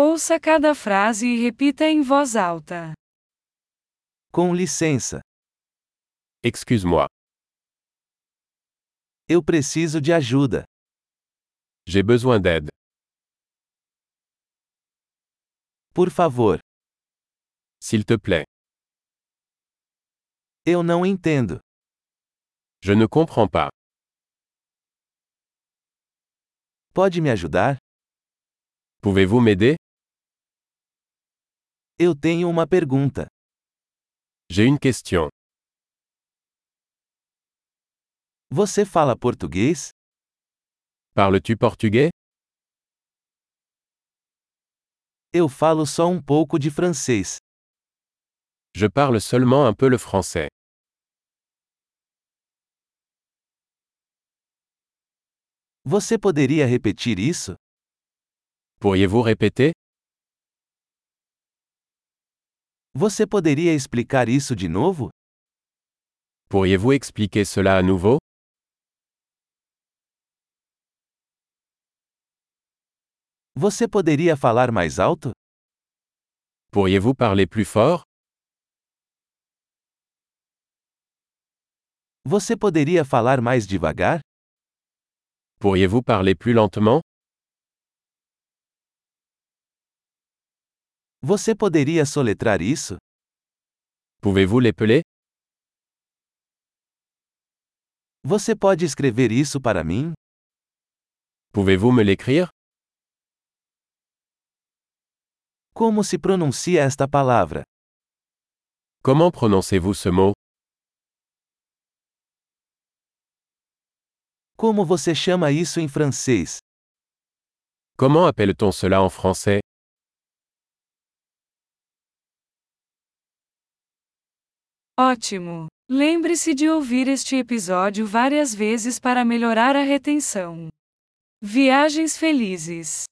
Ouça cada frase e repita em voz alta. Com licença, Excuse-moi, eu preciso de ajuda. j'ai besoin d'aide. Por favor, S'il te plaît, eu não entendo. je ne comprends pas. Pode me ajudar? Pouvez-vous m'aider Eu tenho uma pergunta. J'ai une question. Você fala português? Parles-tu portugais Eu falo só um pouco de francês. Je parle seulement un peu le français. Você poderia repetir isso? Pourriez-vous répéter Você poderia explicar isso de novo? Pourriez-vous expliquer cela à nouveau Você poderia falar mais alto? Pourriez-vous parler plus fort Você poderia falar mais devagar? Pourriez-vous parler plus lentement Você poderia soletrar isso? Pouvez-vous l'épeler Você pode escrever isso para mim? Pouvez-vous me l'écrire Como se pronuncia esta palavra? Comment prononcez-vous ce mot Como você chama isso em francês? Comment appelle-t-on cela en français Ótimo! Lembre-se de ouvir este episódio várias vezes para melhorar a retenção. Viagens felizes!